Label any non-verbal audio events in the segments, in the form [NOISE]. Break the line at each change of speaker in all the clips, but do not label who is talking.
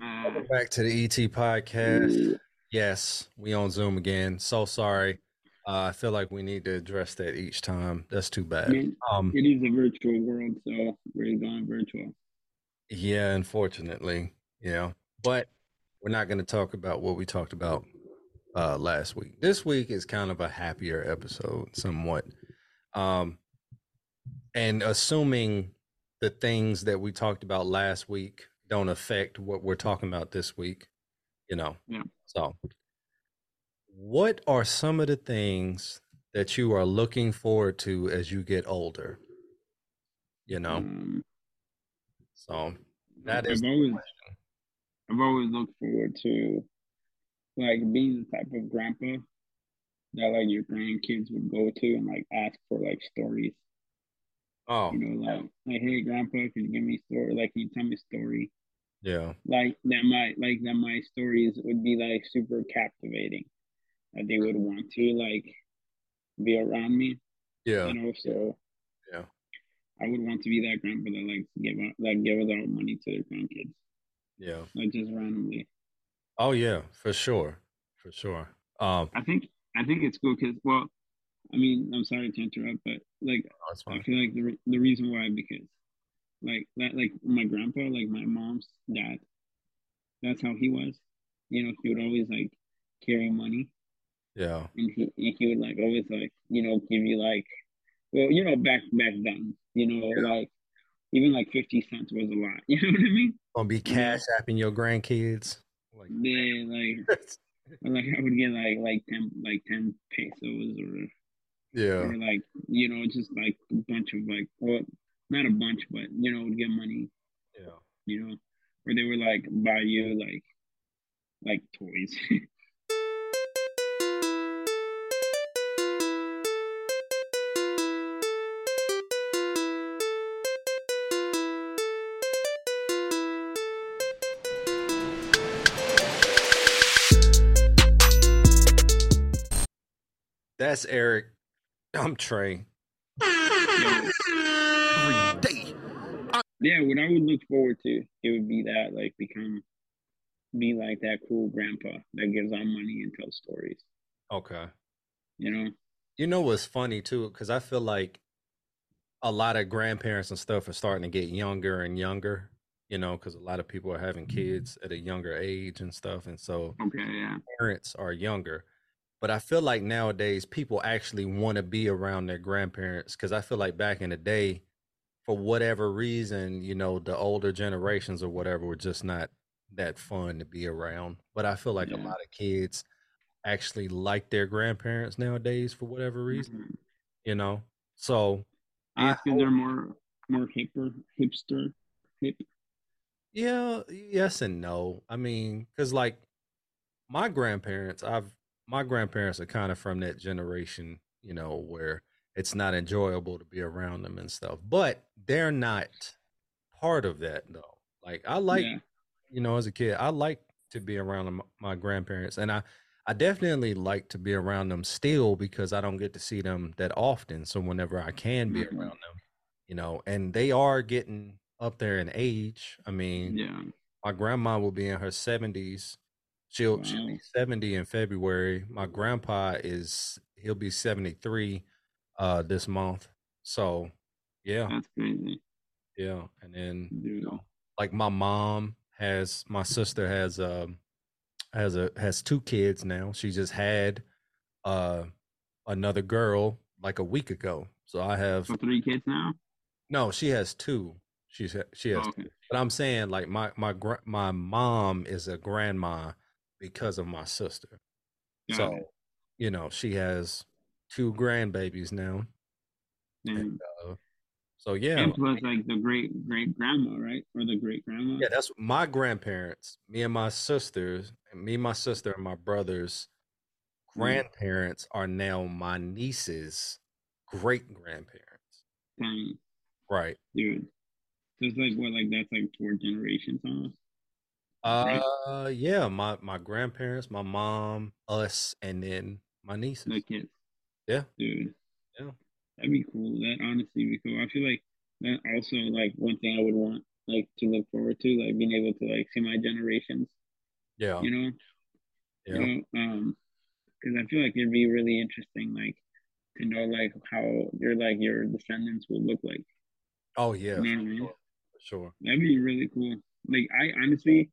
Mm.
Back to the ET podcast. Yes, we on Zoom again. So sorry. Uh, I feel like we need to address that each time. That's too
I
bad.
mean,
Um,
it is a virtual world, so we're going virtual.
yeah, unfortunately, yeah. But we're not going to talk about what we talked about uh, last week. This week is kind of a happier episode, somewhat. Um, and assuming the things that we talked about last week don't affect what we're talking about this week, you know.
Yeah.
So, what are some of the things that you are looking forward to as you get older? You know,
Um,
so that
I've
is the
always
question.
I've always looked forward to like being the type of grandpa that like your grandkids would go to and like ask for like stories.
Oh,
You know, like like hey grandpa, can you give me a story? Like can you tell me a story?
yeah.
Like that my like that my stories would be like super captivating. That they would want to like be around me.
Yeah.
And also
Yeah.
I would want to be that grandpa that likes to give out like gives out money to their grandkids.
Yeah.
Like just randomly.
Oh, yeah, for sure. For sure. Um,
I think I think it's cool because well, I mean, I'm sorry to interrupt, but like
that's
I
fine.
feel like the re- the reason why because like that like my grandpa like my mom's dad, that's how he was. You know, he would always like carry money,
Yeah.
and he and he would like always like you know give you like well you know back back then you know like even like fifty cents was a lot. [LAUGHS] You know what I mean?
Gonna be
Yeah.
cash apping your grandkids. Like,
They like like I would get like like ten like ten pesos or
[LAUGHS] yeah.
or like you know just like a bunch of like well not a bunch but you know would get money
Yeah.
you know or they were like buy you like like toys [LAUGHS]
That's Eric. I'm Trey.
yeah what i would look forward to it would be that like become be like that cool grandpa that gives out money and tells stories
Okay.
you know
You know what's funny too, because I feel like a lot of grandparents and stuff are starting to get younger and younger. You know, because a lot of people are having kids at a younger age and stuff, and so
okay yeah
parents are younger. But I feel like nowadays people actually want to be around their grandparents because I feel like back in the day, for whatever reason, you know, the older generations or whatever were just not that fun to be around. But I feel like a
Yeah.
lot of kids actually like their grandparents nowadays for whatever reason,
Mhm.
you know? So,
i think they're more more hipper hipster hip
Yeah, yes and no. I mean, because like my grandparents, I've my grandparents are kind of from that generation, you know, where it's not enjoyable to be around them and stuff. But they're not part of that though. Like I like,
yeah
you know, as a kid, I like to be around m- my grandparents, and I I definitely like to be around them still because I don't get to see them that often. So whenever I can be
Mhm.
around them, you know, and they are getting up there in age. I mean
yeah
my grandma will be in her 70s she'll, she'll be
Wow.
70 in february my grandpa is he'll be 73 uh this month so yeah
that's crazy
yeah and then
dude
like my mom has my sister has um has a has two kids now she just had uh another girl like a week ago so i have
so three kids now
no she has two she's ha- she has
Oh, okay
but I'm saying like my my gra- my mom is a grandma because of my sister.
Got
so,
it.
you know, she has two grandbabies now.
Damn.
So yeah.
And plus, like the great great grandma, right? Or the great grandma.
Yeah, that's my grandparents, me and my sisters, and me, my sister, and my brothers'
Mm.
grandparents are now my niece's great grandparents.
Dang,
Right.
dude. So it's like what, like that's like four generations almost. Right.
Uh yeah, my my grandparents, my mom, us, and then my nieces.
The kids.
Yeah.
Dude.
Yeah.
That'd be cool. That honestly would be cool. I feel like that also like one thing I would want like to look forward to, like being able to like see my generations.
Yeah.
You know.
Um, Yeah.
You know, um, because I feel like it'd be really interesting, like to know like how your like your descendants would look like.
Oh yeah.
You know what I mean?
For sure.
That'd be really cool. Like I honestly,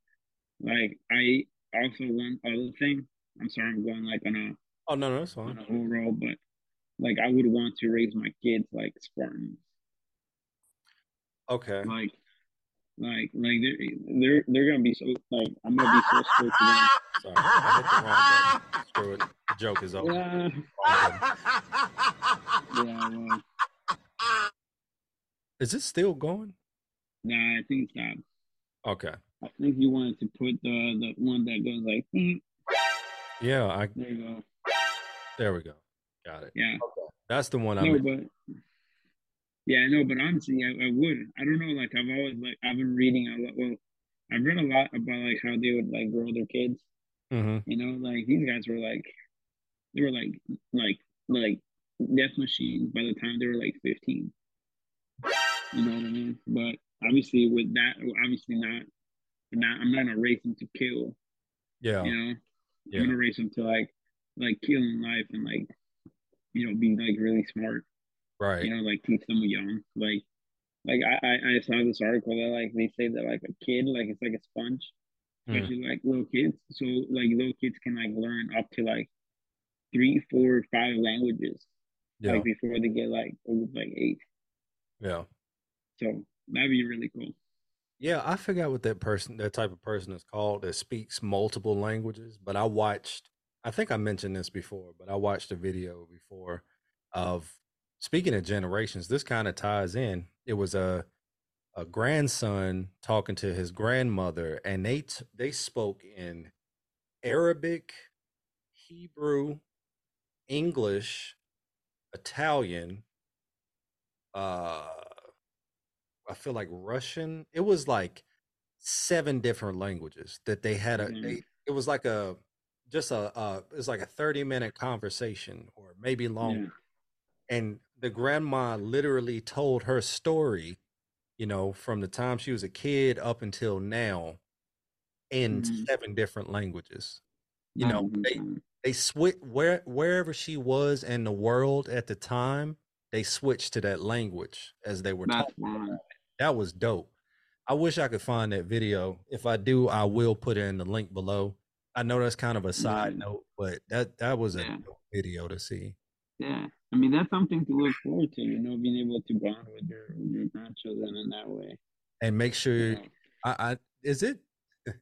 like I also one other thing. I'm sorry, I'm going like on a
Oh no, no, that's
on a
fine.
whole roll, but like I would want to raise my kids like Spartans. Mm-hmm.
Okay.
Like, like, like they're they're they're gonna be so like I'm gonna be so strict to them.
Sorry. I hit the wrong button. Screw it. The joke is over.
Yeah, [LAUGHS] yeah. Well,
Is it still going?
nah, I think it's not.
Okay.
I think you wanted to put the the one that goes like "Mm,"
Yeah, I
there you go.
there we go. Got it.
Yeah.
That's the one I
No,
meant.
but yeah, no, but honestly, I, I would. I don't know. Like I've always like I've been reading a lot. Well, I've read a lot about like how they would like grow their kids.
hmm
You know, like these guys were like, they were like, like, like death machines by the time they were like 15. You know what I mean? But obviously, with that, obviously not, not, I'm not gonna race them to kill,
Yeah.
you know?
Yeah.
I'm gonna race them to like, like kill in life and like, you know, be like really smart,
Right.
you know, like teach them young. Like, like I, I, I saw this article that like they say that like a kid, like it's like a sponge
Mm.
especially like little kids. So like little kids can like learn up to like three, four, five languages
Yeah.
like before they get like over like eight.
Yeah.
So that'd be really cool.
Yeah, I forgot what that person, that type of person is called that speaks multiple languages. But I watched, I think I mentioned this before, but I watched a video before of speaking of generations. This kind of ties in. It was a a grandson talking to his grandmother, and they t- they spoke in Arabic, Hebrew, English, Italian, uh, I feel like Russian. It was like seven different languages that they had a
Mhm.
they, it was like a just a uh it was like a 30 minute conversation or maybe longer
Yeah.
and the grandma literally told her story you know from the time she was a kid up until now in
Mhm.
seven different languages you know
Mhm.
they they switch where wherever she was in the world at the time they switched to that language as they were
that's
talking
fun.
that was dope. I wish I could find that video. If I do, I will put it in the link below. I know that's kind of a side
Mhm.
note, but that that was a
Yeah.
dope video to see.
Yeah. I mean that's something to look forward to, you know, being able to bond with your with your grandchildren in that way.
And make sure
you know.
I, I is it [LAUGHS]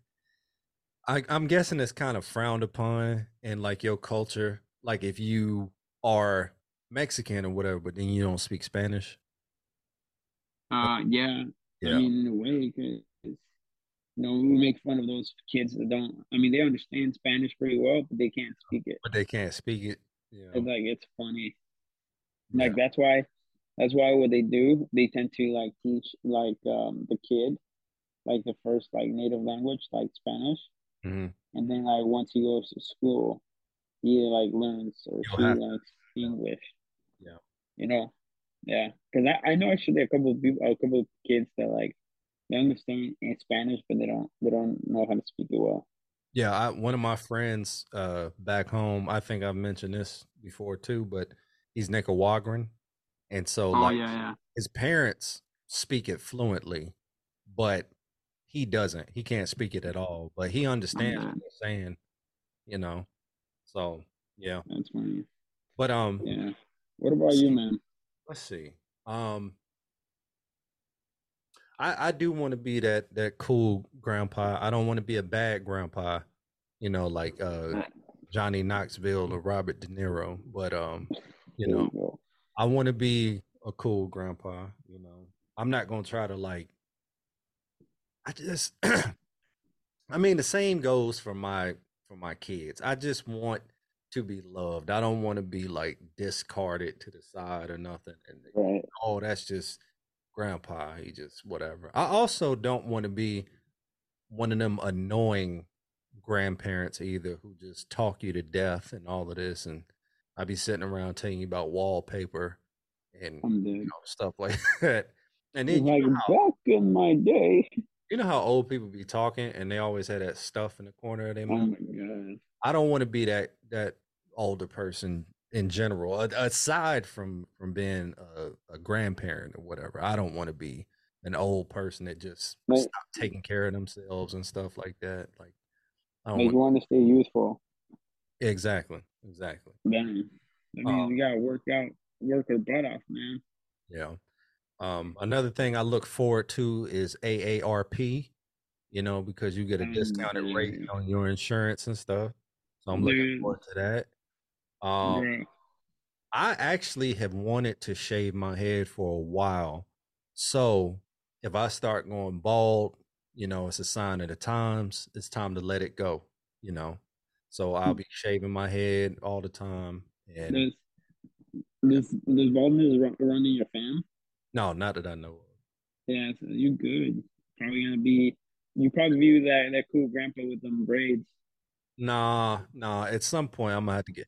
I, I'm guessing it's kind of frowned upon in like your culture. Like if you are Mexican or whatever, but then you don't speak Spanish.
Uh yeah. I mean in a way because you know, we make fun of those kids that don't I mean they understand Spanish pretty well, but they can't speak it.
But they can't speak it. You know.
It's like it's funny.
Yeah.
Like that's why that's why what they do, they tend to like teach like um the kid like the first like native language, like Spanish.
Mhm.
And then like once he goes to school, he like learns or
You'll
she
have-
learns English.
Yeah.
You know? Yeah. Because I, I know actually a couple of people a couple of kids that like they understand in Spanish but they don't they don't know how to speak it well.
Yeah, I, one of my friends uh, back home, I think I've mentioned this before too, but he's Nicaraguan. And so, Oh, like,
Oh, yeah.
his parents speak it fluently, but he doesn't. He can't speak it at all, but he understands what
Okay.
they're saying, you know? So, yeah.
That's funny.
But, um,
Yeah. What about you, man?
let's see. Um, I, I do want to be that that cool grandpa. I don't want to be a bad grandpa, you know, like uh, Johnny Knoxville or Robert De Niro. But um, you
There
know,
go.
I want to be a cool grandpa. You know, I'm not gonna try to like. I just, [CLEARS THROAT] I mean, the same goes for my for my kids. I just want to be loved. I don't want to be like discarded to the side or nothing. And
Right.
oh, that's just grandpa. He just whatever. I also don't want to be one of them annoying grandparents either who just talk you to death and all of this. And I be sitting around telling you about wallpaper and you
Mm. I'm dead.
know, stuff [LAUGHS] like that. And then
Like
you, know how,
back in my day.
you know how old people be talking and they always have that stuff in the corner of their
Oh
mouth.
my god.
I don't want to be that that older person in general. A- Aside from from being a, a grandparent or whatever, I don't want to be an old person that just
Right.
stop taking care of themselves and stuff like that. Like I don't
Like you
want
want to stay youthful.
exactly, exactly.
Damn. That means
Oh.
you gotta work out, work your butt off, man.
Yeah. Um, another thing I look forward to is AARP. You know, because you get a
Oh,
discounted rate
yeah.
on your insurance and stuff. So I'm looking
Dude.
forward to that. Um,
Bruh.
I actually have wanted to shave my head for a while. So if I start going bald, you know, it's a sign of the times. It's time to let it go, you know. So I'll be shaving my head all the time. And
Does does does baldness run, run in your fam?
no, not that I know of.
Yeah, so you good. Probably gonna be you probably be that that cool grandpa with them braids.
Nah, nah. At some point, I'm gonna have to get.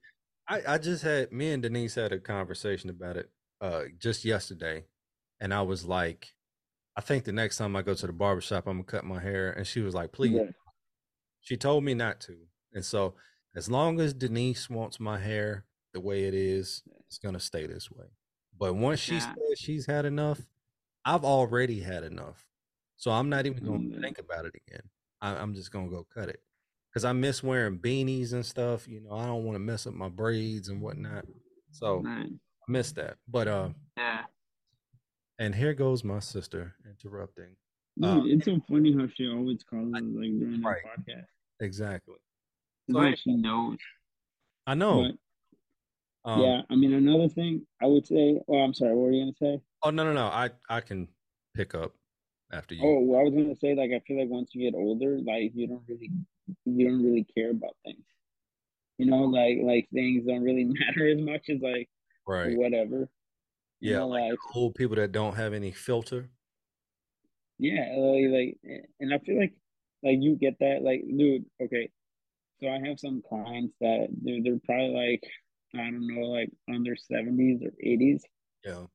I I just had me and Denise had a conversation about it uh just yesterday, and I was like, I think the next time I go to the barbershop, I'm gonna cut my hair. And she was like, please.
Yeah.
She told me not to. And so, as long as Denise wants my hair the way it is, it's going to stay this way. But once she
Yeah.
says she's had enough, I've already had enough. So, I'm not even going to
Mm.
think about it again. I, I'm just going to go cut it because I miss wearing beanies and stuff. You know, I don't want to mess up my braids and whatnot. So, I
Man.
miss that. But, uh,
Yeah.
and here goes my sister interrupting.
Dude,
Uh,
it's so funny how she always calls us like during the
Right.
podcast.
Exactly.
It's
So-
like she knows.
I know.
But,
Um,
yeah, I mean another thing I would say. Oh, I'm sorry. What were you gonna say?
Oh no no no! I I can pick up after you.
Oh, well, I was gonna say like I feel like once you get older, like you don't really you don't really care about things. You know, like like things don't really [LAUGHS] matter as much as like
right?
whatever. You
Yeah,
know,
like
like
old people that don't have any filter.
yeah, like, like and I feel like like you get that like dude, okay. So I have some clients that they're, they're probably like I don't know, like on their 70s or 80s.
Yeah,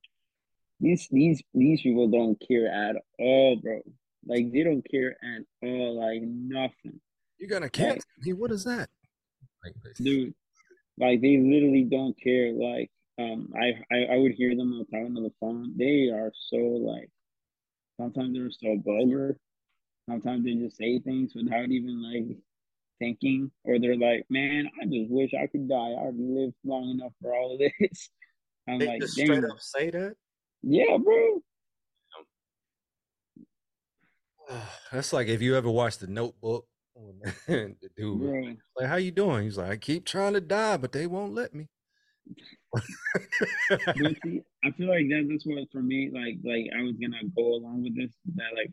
These these these people don't care at all, bro. Like they don't care at all, like nothing.
you're gonna cancel me. What is that? Like,
dude. Like they literally don't care. Like um, I, I I would hear them all the time on the phone. They are so like sometimes they're so vulgar. Sometimes they just say things without even like thinking, or they're like, "Man, I just wish I could die. I've lived long enough for all of this." [LAUGHS] I'm
they
like,
just straight
"Damn,
up say that.
yeah, bro."
That's like if you ever watched The Notebook. when [LAUGHS] the dude, was
Bro,
like, how you doing? He's like, I keep trying to die, but they won't let me.
but see, I feel like that. That's what for me. Like, like I was gonna go along with this. That like,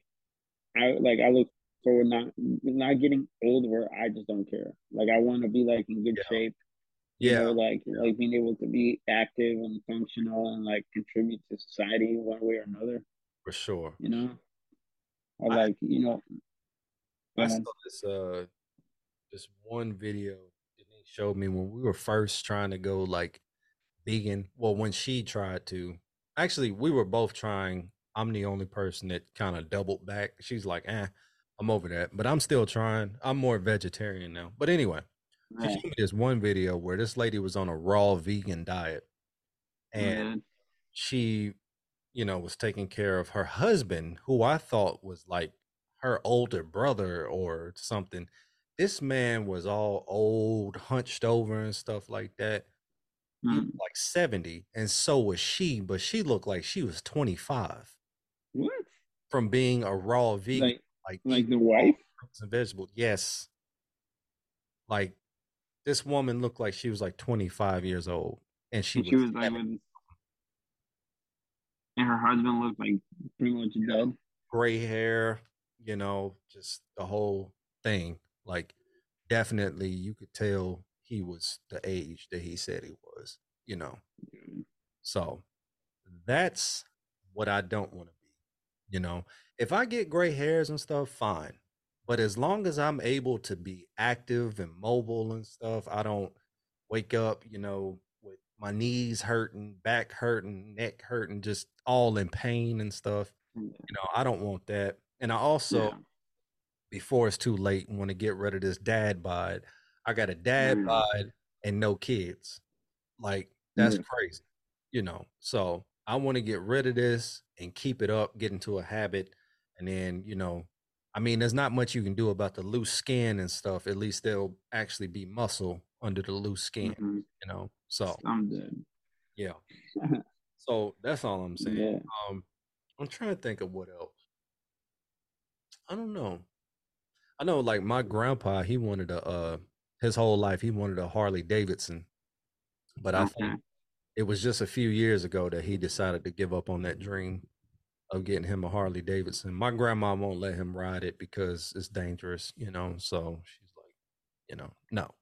I like I look forward not not getting old where I just don't care. Like I want to be like in good
Yeah.
shape. You
yeah,
know, like like being able to be active and functional and like contribute to society one way or another.
for sure.
You know, or
I-
like you know,
I
um,
saw this uh this one video Denise showed me when we were first trying to go like vegan. Well, when she tried to, actually, we were both trying. I'm the only person that kind of doubled back. She's like, "Eh, I'm over that," but I'm still trying. I'm more vegetarian now. But anyway, she
right,
showed me this one video where this lady was on a raw vegan diet, and
man,
she, you know, was taking care of her husband, who I thought was like her older brother or something. This man was all old, hunched over, and stuff like that. He was
Mm.
like 70, and so was she, but she looked like she was 25
what?
from being a raw vegan,
Like
like,
like
eating
the wife?
fruits and vegetables. Yes. Like this woman looked like she was like 25 years old, and she,
And she was like,
70.
with, and her husband looked like pretty much dead.
gray hair, you know, just the whole thing. Like, definitely, you could tell he was the age that he said he was, you know. So that's what I don't want to be, you know. If I get gray hairs and stuff, fine. But as long as I'm able to be active and mobile and stuff, I don't wake up, you know, with my knees hurting, back hurting, neck hurting, just all in pain and stuff. You know, I don't want that. And I also,
Yeah.
before it's too late, want to get rid of this dad bod. I got a dad
Mm.
bod and no kids. Like, that's
Yeah.
crazy, you know? So I want to get rid of this and keep it up, get into a habit. And then, you know, I mean, there's not much you can do about the loose skin and stuff. At least there'll actually be muscle under the loose skin,
Mhm.
you know? So,
I'm dead.
yeah.
[LAUGHS]
So that's all I'm saying.
Yeah.
Um, I'm trying to think of what else. I don't know. I know, like my grandpa, he wanted a uh, his whole life he wanted a Harley Davidson, but I think
Okay.
it was just a few years ago that he decided to give up on that dream of getting him a Harley Davidson. My grandma won't let him ride it because it's dangerous, you know. So she's like, you know, no.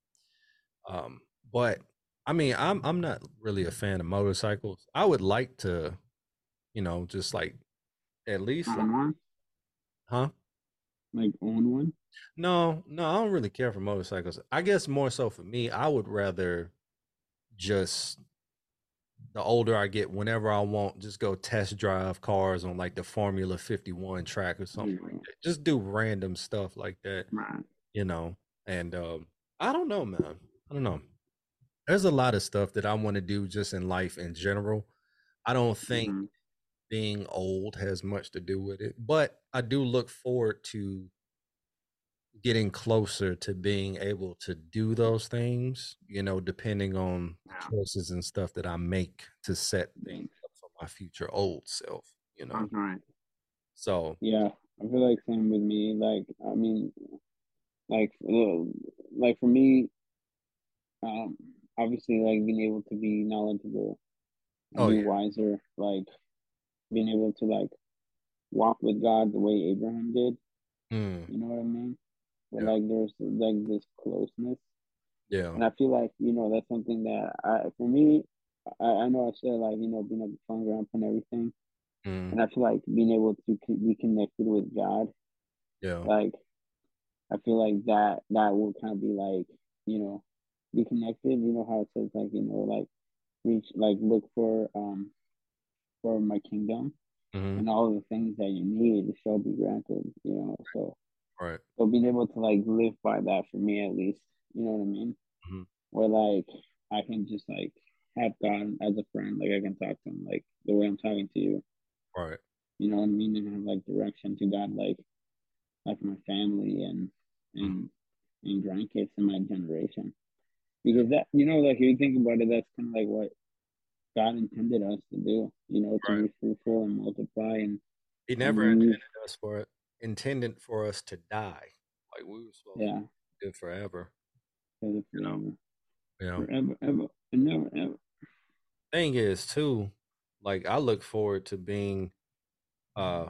Um, but I mean, I'm I'm not really a fan of motorcycles. I would like to, you know, just like at least, like-
Own one?
huh?
Like own one?
No, no, I don't really care for motorcycles. I guess more so for me, I would rather just the older I get, whenever I want, just go test drive cars on like the Formula 51 track or something.
Yeah.
Just do random stuff like that,
Right.
you know. And um, I don't know, man. I don't know. There's a lot of stuff that I want to do just in life in general. I don't think
Mhm.
being old has much to do with it, but I do look forward to getting closer to being able to do those things, you know, depending on the
Yeah.
choices and stuff that I make to set
Yeah.
things up for my future old self, you know.
That's right.
So,
Yeah, I feel like same with me. Like, I mean, like, uh, like for me, um, obviously, like being able to be knowledgeable, and
Oh,
be
yeah.
wiser, like being able to like walk with God the way Abraham did.
mm,
You know what I mean? Where
Yeah.
like there's like this closeness,
yeah.
and I feel like you know that's something that I, for me, I, I know I said like you know being a fun grandpa and everything,
mm,
and I feel like being able to c- be connected with God
yeah.
like I feel like that that will kind of be like you know be connected. You know how it says like you know like reach like look for um for my kingdom
mhm,
and all the things that you need shall be granted. You know so
Right.
so being able to like live by that for me at least. You know what I mean?
Mhm.
Where like I can just like have God as a friend. Like I can talk to him like the way I'm talking to you.
Right.
You know what I mean? And have like direction to God like like my family and and and grandkids in my generation. Because that you know, like if you think about it, that's kinda like what God intended us to do, you know, to
Right.
be fruitful and multiply and
He never
Mhm.
intended us for it, intended for us to die. Like we were supposed
yeah,
to live forever.
for the
You know.
forever,
You know.
forever, ever, and never ever.
thing is too like i look forward to being uh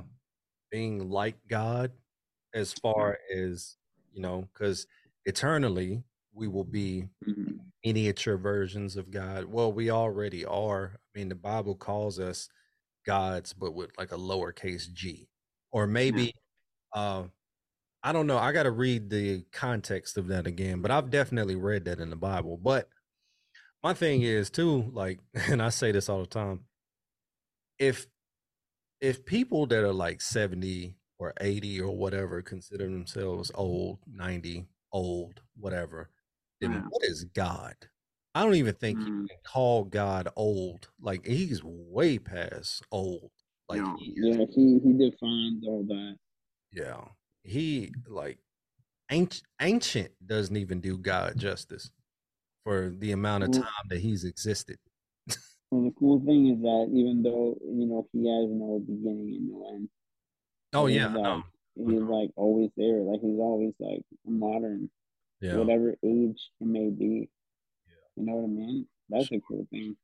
being like god as far as you know because eternally we will be
Mhm.
miniature versions of god well we already are i mean the bible calls us gods but with like a lowercase g or maybe uh i don't know i gotta read the context of that again but i've definitely read that in the bible but my thing is too like [LAUGHS] and i say this all the time if if people that are like 70 or 80 or whatever consider themselves old 90 old whatever then
Wow.
what is god i don't even think you
Mhm.
can call god old like he's way past old like
No.
he is-
Yeah, he he defines all that.
yeah he like ancient ancient doesn't even do god justice for the amount of
Well-
time that he's existed
Well, the cool thing is that even though you know he has no beginning and no end,
oh
he's
yeah I
like,
know.
he's
Mm-hmm.
like always there, like he's always like modern.
yeah
whatever age it may be. You know what I mean? That's a cool thing.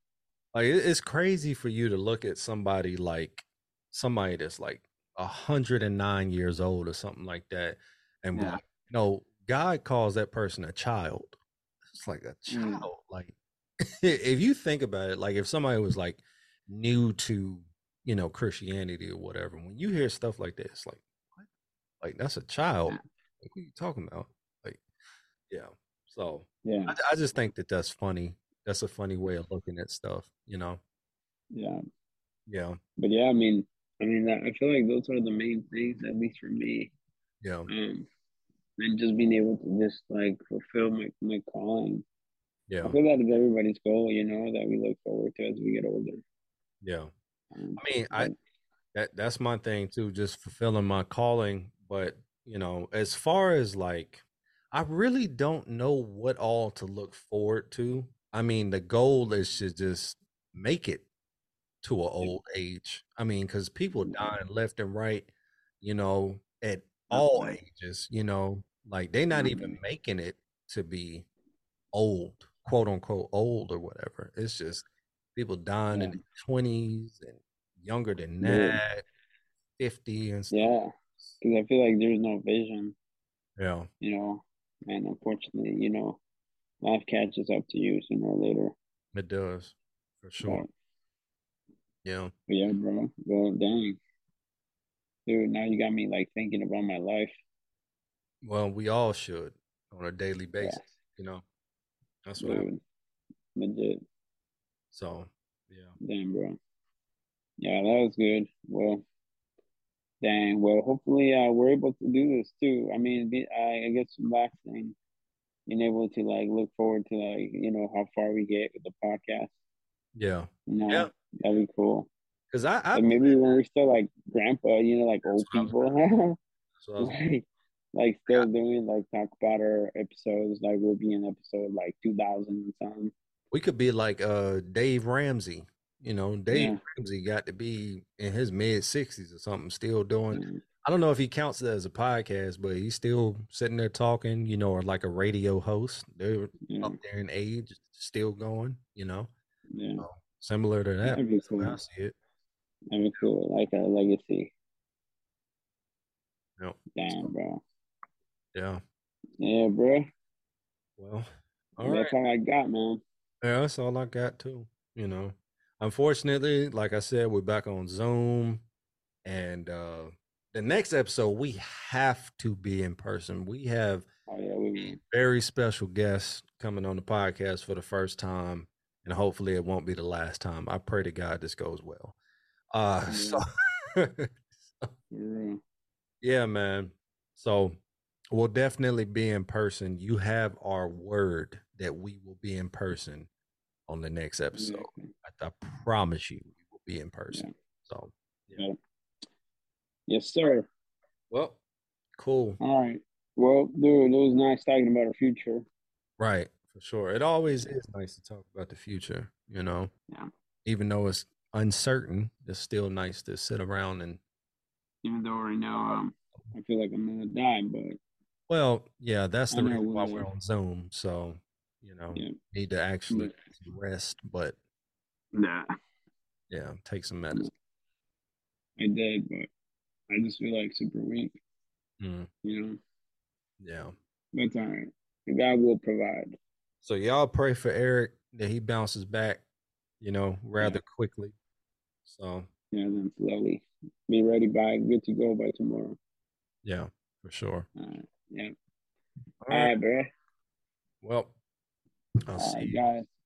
Like it- it's crazy for you to look at somebody like somebody that's like a hundred and nine years old or something like that, and be
Yeah.
like, no, God calls that person a child. It's like a
Mm.
child. Like [LAUGHS] if you think about it, like if somebody was like new to you know Christianity or whatever, when you hear stuff like that, it's like, what? Like that's a child. Like, what are you talking about? Like, yeah. So
Yeah.
I, I just think that that's funny. That's a funny way of looking at stuff. You know.
Yeah.
Yeah.
But yeah, I mean, I mean, that, I feel like those are the main things, at least for me.
Yeah.
Um, and just being able to just like fulfill my, my calling.
Yeah.
I feel that is everybody's goal, you know, that we look forward to as we get older.
Yeah.
Um,
I mean, I that that's my thing too, just fulfilling my calling. But you know, as far as like, I really don't know what all to look forward to. I mean, the goal is to just make it to an old age. I mean, because people dying left and right, you know, at all
Mhm.
ages, you know, like they're not even making it to be old, quote unquote old or whatever. It's just people dying in
Yeah.
their twenties and younger than
Yeah.
that, fifty and stuff.
yeah, because I feel like there's no vision,
Yeah,
you know, and unfortunately, you know, life catches up to you sooner or later.
it does for sure.
But-
Yeah,
but yeah, bro. Well, dang, dude. Now you got me like thinking about my life.
well, we all should on a daily
Yeah,
basis, you know. That's what. I,
dude. Legit,
so, yeah,
damn, bro. Yeah, that was good. Well, dang. Well, hopefully, uh, we're able to do this too. I mean, be, I, I guess last thing, being able to like look forward to like you know how far we get with the podcast.
yeah,
You know,
Yeah.
that'd be cool.
because I, I
Like maybe when we're still like grandpa, you know, like old
That's
[LAUGHS] people,
so I was-
like, like still doing like talk about our episodes. Like we'll be in episode like two thousand and something.
we could be like uh Dave Ramsey. You know, Dave
Yeah.
Ramsey got to be in his mid sixties or something, still doing.
Mhm.
I don't know if he counts it as a podcast, but he's still sitting there talking. You know, or like a radio host. They're
Yeah,
up there in age, still going. You know,
yeah,
oh, similar to that.
that'd be
the way I
cool.
see it.
That'd be cool. Like a legacy.
Yep.
Damn, bro.
Yeah.
Yeah, bro.
Well. All right.
That's all I got, man.
Yeah, that's all I got too. You know, unfortunately, like I said, we're back on Zoom, and uh the next episode we have to be in person. We have
Oh yeah, we will.
very special guest coming on the podcast for the first time, and hopefully, it won't be the last time. I pray to God this goes well. Uh, [LAUGHS] so
For real.
yeah, man. So we'll definitely be in person. You have our word that we will be in person on the next episode.
Exactly.
I, I promise you, we will be in person. So,
Yes, sir.
well, cool.
All right. Well, dude, it was nice talking about our future.
Right. For sure. It always is nice to talk about the future, you know?
Yeah.
Even though it's uncertain, it's still nice to sit around and,
Even though right now, um, I feel like I'm gonna die, but
well, yeah, that's the
I know
reason
what
why
you
we're
mean.
on Zoom. So, you know,
Yeah.
need to actually rest, but
nah,
yeah, take some medicine.
I did, but I just feel like super weak.
Mm,
You know,
yeah.
that's all right. God will provide.
So, y'all pray for Eric that he bounces back, you know, rather quickly. So,
Yeah, then slowly be ready by good to go by tomorrow.
yeah, for sure.
All right. Yeah.
All
All right, bro.
Well, I'll
All
see
right,
you.
guys.